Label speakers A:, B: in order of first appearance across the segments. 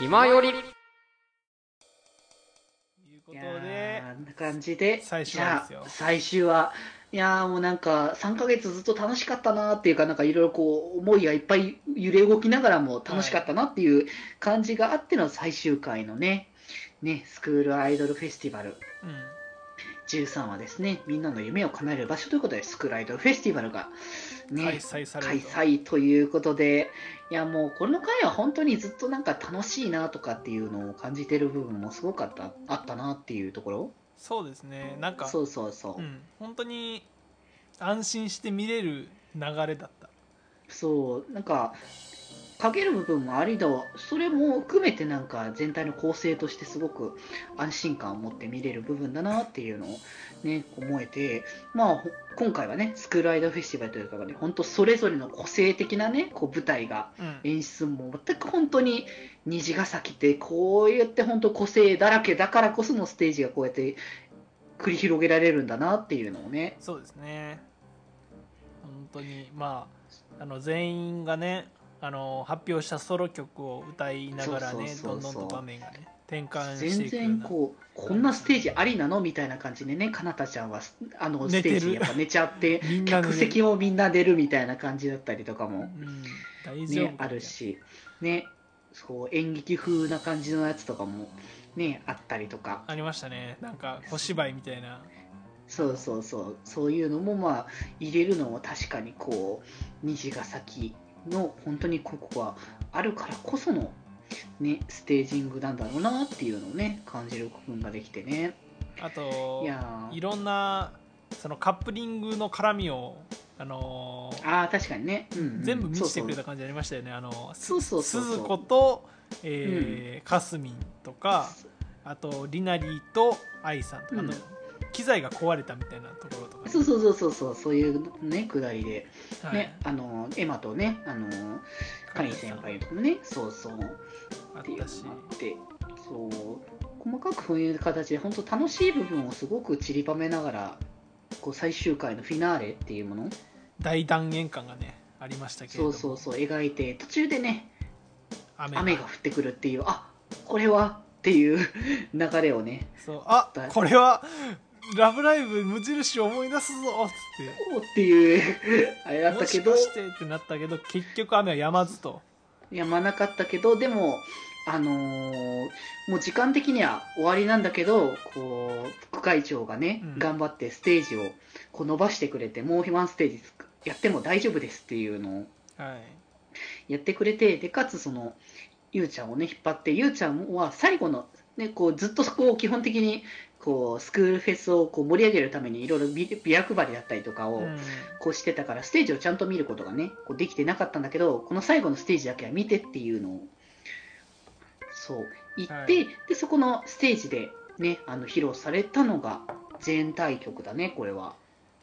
A: 暇より
B: というこ
C: い
B: と
C: や
B: で
C: ーあんな感じで、
B: 最終話ですよ
C: じゃあ最終話。いやーもうなんか、3ヶ月ずっと楽しかったなーっていうか、なんかいろいろこう、思いがいっぱい揺れ動きながらも楽しかったなっていう感じがあっての最終回のね、ね、スクールアイドルフェスティバル
B: うん
C: 13話ですね、みんなの夢を叶える場所ということで、スクールアイドルフェスティバルが、ね、
B: 開催され
C: 開
B: ると
C: 催ということで、いやもうこの回は本当にずっとなんか楽しいなとかっていうのを感じてる部分もすごかったあったなっていうところ
B: そうですねなんか
C: そうそうそう、
B: うん、本当に安心して見れる流れだった
C: そうなんかかける部分もありだわそれも含めてなんか全体の構成としてすごく安心感を持って見れる部分だなっていうのをね思えてまあほ今回はねスクールアイドルフェスティバルというかね本当それぞれの個性的なねこう舞台が
B: うん、
C: 演出も全く本当に虹ヶ崎ってこうやって本当個性だらけだからこそのステージがこうやって繰り広げられるんだなっていうのをね
B: そうですね本当にまああの全員がねあの発表したソロ曲を歌いながらね
C: そうそうそうそう
B: どんどんと場面がね転換して
C: 全
B: いくよ
C: 然
B: うな
C: こうこんなステージありなのみたいな感じでねかなたちゃんはあのス
B: 寝て
C: テ
B: る
C: ージにやっぱ寝ちゃって
B: みんなの
C: 客
B: ね
C: 席もみんな出るみたいな感じだったりとか
B: う
C: も
B: ん、大丈夫
C: ねあるしねそう演劇風な感じのやつとかもねあったりとか
B: ありましたねなんか小芝居みたいな
C: そうそうそうそういうのもまあ入れるのも確かにこう虹ヶ崎の本当にここはあるからこそのねステージングなんだろうなっていうのをね感じる部分ができてね
B: あと
C: いや
B: い
C: ー
B: ろんなそのカップリングの絡みをあのー
C: あー確かにね、うんうん
B: 全部見
C: そう
B: せて
C: そう
B: くれた感じありましたよねあの
C: そうそうそうそう
B: 鈴子と、えーかすみんとかあとりなりーと愛さんとか、
C: うん
B: あと機材が壊れたみたいなところとかね、
C: そうそうそうそうそうそういうねくだりで、
B: はい
C: ねあのエマとねあのカリン先輩とかもねそうそう
B: あ
C: ってい
B: っ
C: うの
B: たし
C: もあってそう細かくそういう形で本当楽しい部分をすごく散りばめながらこう最終回のフィナーレっていうもの
B: 大断言感がねありましたけれど
C: そ
B: も
C: うそうそう描いて途中でね
B: 雨
C: 雨が降ってくるっていうあこれはっていう流れをね
B: そうあ
C: だ
B: これは「ラブライブ!」無印を思い出すぞっつって。
C: おーっていうあれだっ
B: も
C: たけ
B: し
C: ど
B: かしてってなったけど結局雨はやまずと
C: やまなかったけどでもあのーもう時間的には終わりなんだけどこう副会長がね、
B: うん
C: 頑張ってステージをこう伸ばしてくれてもうワンステージやっても大丈夫ですっていうのを
B: はい
C: やってくれてでかつそのゆうちゃんをね引っ張ってゆうちゃんは最後の、ね、こうずっとそこを基本的にこうスクールフェスをこう盛り上げるためにいろいろビビラ配りだったりとかを。
B: うん
C: こうしてたからステージをちゃんと見ることがねこうできてなかったんだけどこの最後のステージだけは見てっていうのをそう言って、
B: はい
C: でそこのステージでねあの披露されたのが全体曲だねこれは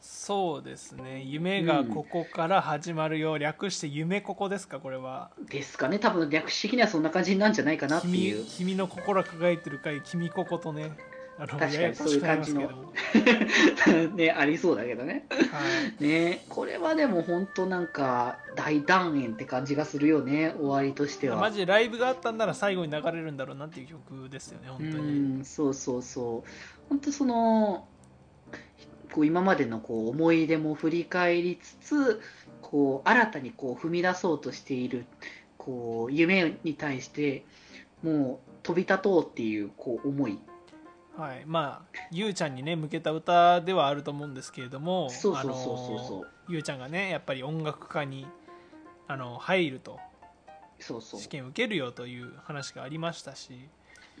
B: そうですね夢がここから始まるよ、略して夢ここですかこれは
C: ですかね多分略史的にはそんな感じなんじゃないかなってい
B: 君
C: う
B: 君の心輝いてる回君こことねあの
C: 確かに
B: けど
C: そ
B: も
C: ねありそうだけどね
B: はい
C: ねこれはでも本当なんか大団円って感じがするよね終わりとしては
B: マジでライブがあったんなら最後に流れるんだろうなっていう曲ですよね本当に
C: うんそうそうそう本当そのこう今までのこう思い出も振り返りつつこう新たにこう踏み出そうとしているこう夢に対してもう飛び立とうっていうこう思い
B: はいまあゆうちゃんにね向けた歌ではあると思うんですけれども
C: そうそうそうそう
B: あ
C: そ
B: の
C: う
B: ゆうちゃんがねやっぱり音楽家にあの入ると
C: そうそう
B: 試験受けるよという話がありましたし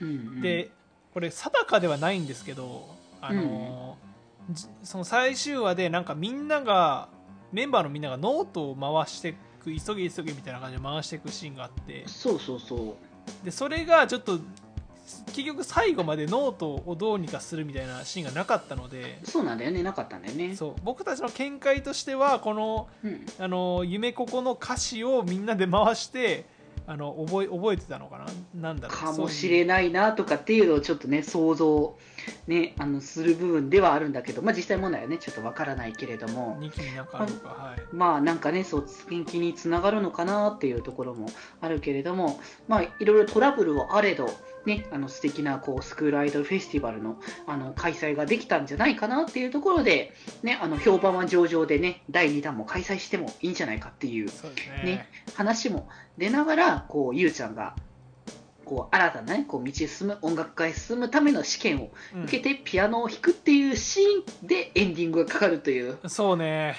C: うんうん
B: でこれ定かではないんですけど、あのーじその最終話でなんかみんながメンバーのみんながノートを回してく急げ急げみたいな感じで回していくシーンがあって
C: そうそうそう
B: でそれがちょっと結局最後までノートをどうにかするみたいなシーンがなかったので
C: そうなんだよねなかったんだよね
B: そう僕たちの見解としてはこの
C: うん
B: あの夢ここの歌詞をみんなで回してあの覚え覚えてたのかななんだろう
C: かもし
B: そういう
C: れないなとかっていうのをちょっとね想像、ね、あのする部分ではあるんだけど、まあ、実際問題はねちょっとわからないけれども。
B: ニキになんかあるのかはい
C: まあなんかね、そう、元気につながるのかなっていうところもあるけれども、まあいろいろトラブルはあれど、ね、あの素敵なこうスクールアイドルフェスティバルのあの開催ができたんじゃないかなっていうところで、ね、あの評判は上々でね、第2弾も開催してもいいんじゃないかっていう
B: そうですね
C: ね話も出ながら、こう、ゆうちゃんが、こう、新たなね、こう、道へ進む、音楽界へ進むための試験を
B: うん
C: 受けて、ピアノを弾くっていうシーンでエンディングがかかるという、
B: そうね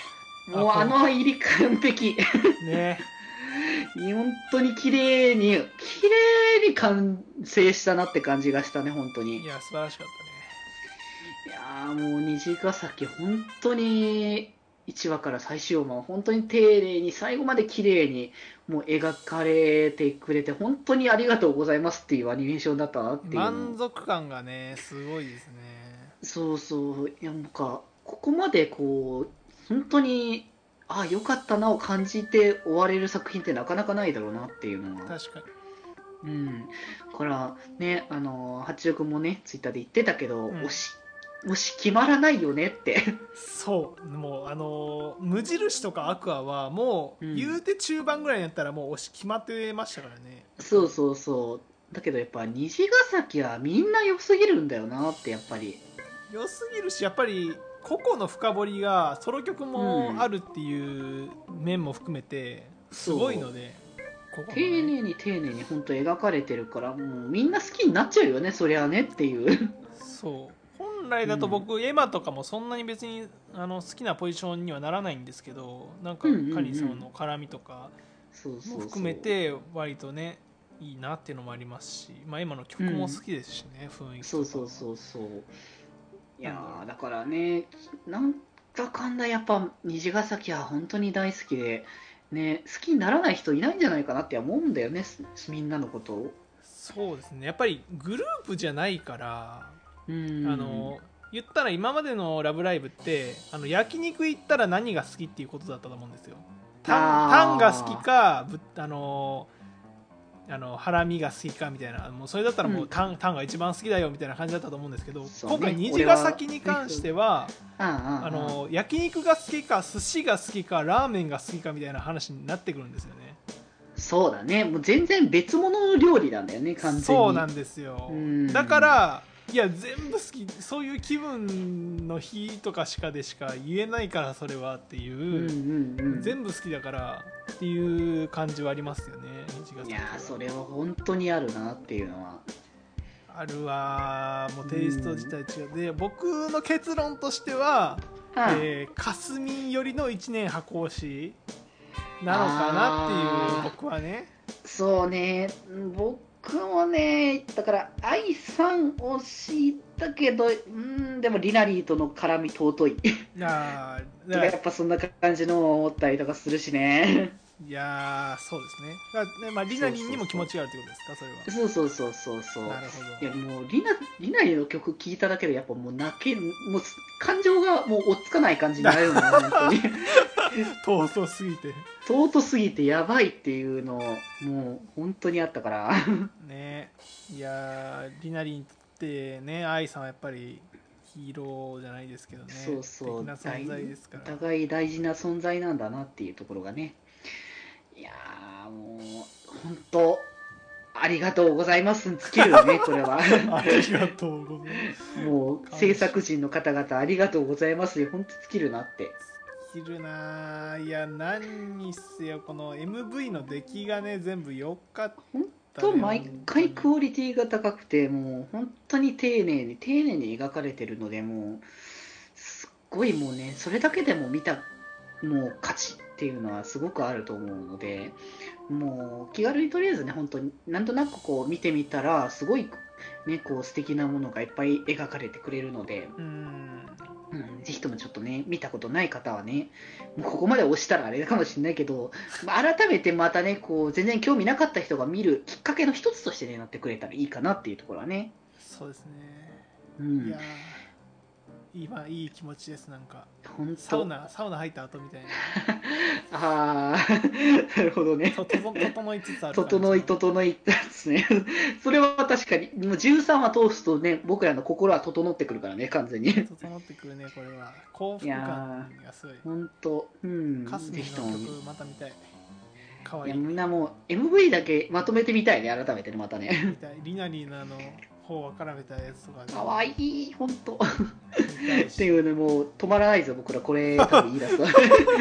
C: もうあの入り完璧。
B: ね
C: 本当に綺麗に、綺麗に完成したなって感じがしたね、本当に。
B: い
C: いや
B: や素晴らしかっ
C: ーもう虹ヶ崎、本当に、1話から最終話も本当に丁寧に最後まで綺麗にもう描かれてくれて本当にありがとうございますっていうアニメーションだったなった
B: ね
C: ていうのを
B: 満足感がねすごいですね
C: そうそういやなんかここまでこう本当にああよかったなを感じて終われる作品ってなかなかないだろうなっていうのは
B: 確かに
C: うん、からね、あのー八億もね、ツイッターで言ってたけど、
B: うん
C: 推し、推し決まらないよ ねって。
B: そうもうあのー無印とかアクアはもう、
C: うん
B: 言うて中盤ぐらいになったらもう押し決まってましたからね
C: そうそうそう。だけどやっぱ虹ヶ崎はみんな良すぎるんだよなって、やっぱり。
B: 良すぎるしやっぱり個々の深掘りがソロ曲もあるっていう面も含めてすごいので、ここ
C: 丁
B: もね
C: 寧に丁寧に本当描かれてるから、もうみんな好きになっちゃうよね、そりゃねっていう。
B: そう本来だと僕、エマとかもそんなに別にあの好きなポジションにはならないんですけどなんか
C: うんうんうん
B: カリンさんの絡みとか
C: そうそうそ
B: も
C: う。
B: 含め。て割とねいいなっていうのもありますし、まあ、今の曲も好きですしね、雰囲気とか
C: そう
B: も
C: そうそうそう。いや
B: なん
C: ー、だからね、なんだかんだやっぱ虹ヶ崎は本当に大好きで、ね、好きにならない人いないんじゃないかなって思うんだよね、すみんなのことを。
B: そうですねやっぱりグループじゃないから
C: うん。
B: あの言ったら今までの「ラブライブ!」ってあの焼肉行ったら何が好きっていうことだったと思うんですよ。タン
C: あー
B: タンが好きかぶあのあのハラミが好きかみたいなもうそれだったらもう、
C: うん
B: タンタンが一番好きだよみたいな感じだったと思うんですけど、
C: そうね
B: 今回虹ヶ崎に関しては
C: あああ
B: あの焼肉が好きか寿司が好きかラーメンが好きかみたいな話になってくるんですよね。
C: そうだね、もう全然別物の料理なんだよね、完全に。
B: そうなんですよ
C: うん
B: だからいや全部好きそういう気分の日とかしかでしか言えないからそれはっていうう、
C: んうんうん。
B: 全部好きだからっていう感じはありますよね虹ヶ
C: い
B: 崎
C: や
B: は
C: ー、それは本当にあるなっていうのは。
B: あるわーもうテイスト自体違う、で僕の結論としては、
C: はい
B: えー、霞よりの一年箱推しなのかなっていう
C: あー
B: 僕はね
C: そうね、僕もね、だから、愛さんを知ったけど、うん、でも、リナリーとの絡み尊い。
B: あーだから
C: やっぱそんな感じのを思ったりとかするしね。
B: いやーそうですねだからね、まあ、リナリンにも気持ちがあるってことですかそれは
C: そうそうそうそうそう。
B: なるほ
C: いや
B: ど。
C: もうリナ、リナリーの曲聴いただけで、やっぱもう泣け、もう感情がもう落っつかない感じになるよね、本当 に。
B: 遠そうすぎて。
C: 尊すぎてやばいっていうのを、もう本当にあったから。
B: ねいやー、リナリンってね、愛さんはやっぱりヒーローじゃないですけどね、
C: そうそ
B: 素
C: う
B: 敵な存在ですから
C: お。互い大事な存在なんだなっていうところがねいやーもう本当ありがとうございますに尽きるよねこれは
B: ありがとうございます。
C: もう制作陣の方々ありがとうございますに本当尽きるなって
B: いるなーいや、何にせよ、この MV の出来がね、全部良かったね、
C: と毎回ク
B: う
C: オリティが高くてもう本当に丁寧に丁寧に描かれてるのでもうすっごいもうねそれだけでも見たもう価値っていうのはすごくあると思うのでもう気軽にとりあえずね本当になんとなくこう見てみたらすごいねこう素敵なものがいっぱい描かれてくれるので、
B: うん。
C: うん、ぜひともちょっとね見たことない方はねもうここまで押したらあれかもしれないけど、まあ、改めてまたねこう全然興味なかった人が見るきっかけの一つとしてねなってくれたらいいかなっていうところはね、
B: そうですね。
C: う
B: い
C: ん
B: や、ー今いい気持ちです、なんか。
C: 本当
B: サウナ、サウナ入った後みたいな。
C: ああ なるほどね
B: とと整いつつある感じ
C: 整い整いですね それは確かにもう13話通すとね僕らの心は整ってくるからね完 全に
B: 整ってくるねこれは幸福
C: いや
B: 感がすごい
C: 本当うん
B: カスミ
C: ぜ
B: ン
C: ひと
B: の
C: も
B: 曲また見たいかわい
C: いや
B: い
C: みんなもう MV だけまとめてみたいね改めてねま たね
B: 見たいリナリーのあの方を絡めたやつとか
C: かわ
B: い
C: いい本当
B: 見たい
C: って
B: し
C: いうねもう止まらないぞ僕らこれ多分言い出すと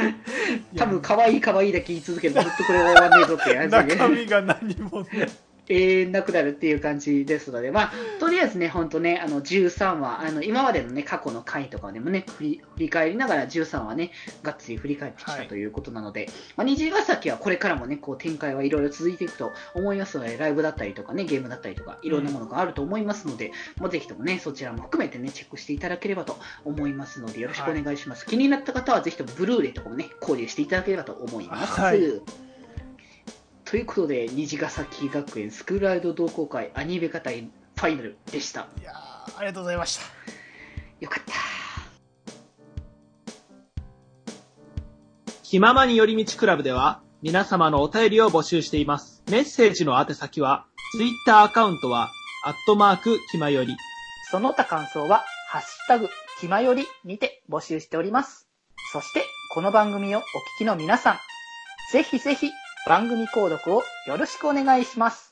C: 多分可愛い可愛いだけ言い続けるとずっとこれは終わんねえぞって
B: い
C: や
B: や
C: つで
B: 中
C: ね
B: 身が何もね
C: 永遠なくなるっていう感じですので、まあ、とりあえずね、本当ね、あの13話、あの今までのね、過去の回とかでもね、振り振り返りながら13話ね、がっつり振り返ってき
B: は
C: た
B: い
C: ということなので、まあ、虹ヶ崎はこれからもね、こう展開はいろいろ続いていくと思いますので、ライブだったりとかね、ゲームだったりとか、いろんなものがあると思いますので、まあ、ぜひともね、そちらも含めてね、チェックしていただければと思いますので、よろしくお願いします。気になった方は、ぜひともブルーレイとかもね、購入していただければと思います。
B: はい
C: ということで、虹ヶ崎学園スクールアイドル同好会アニメ語りファイナルでした。
B: いやーありがとうございました
C: よかった。
D: 気ままに寄り道クラブでは皆様のお便りを募集しています。メッセージの宛先は、ツイッターアカウントは、アットマーク、気まより。
E: その他感想は、ハッシュタグ、気まよりにて募集しております。そして、この番組をお聞きの皆さん、ぜひぜひ番組購読をよろしくお願いします。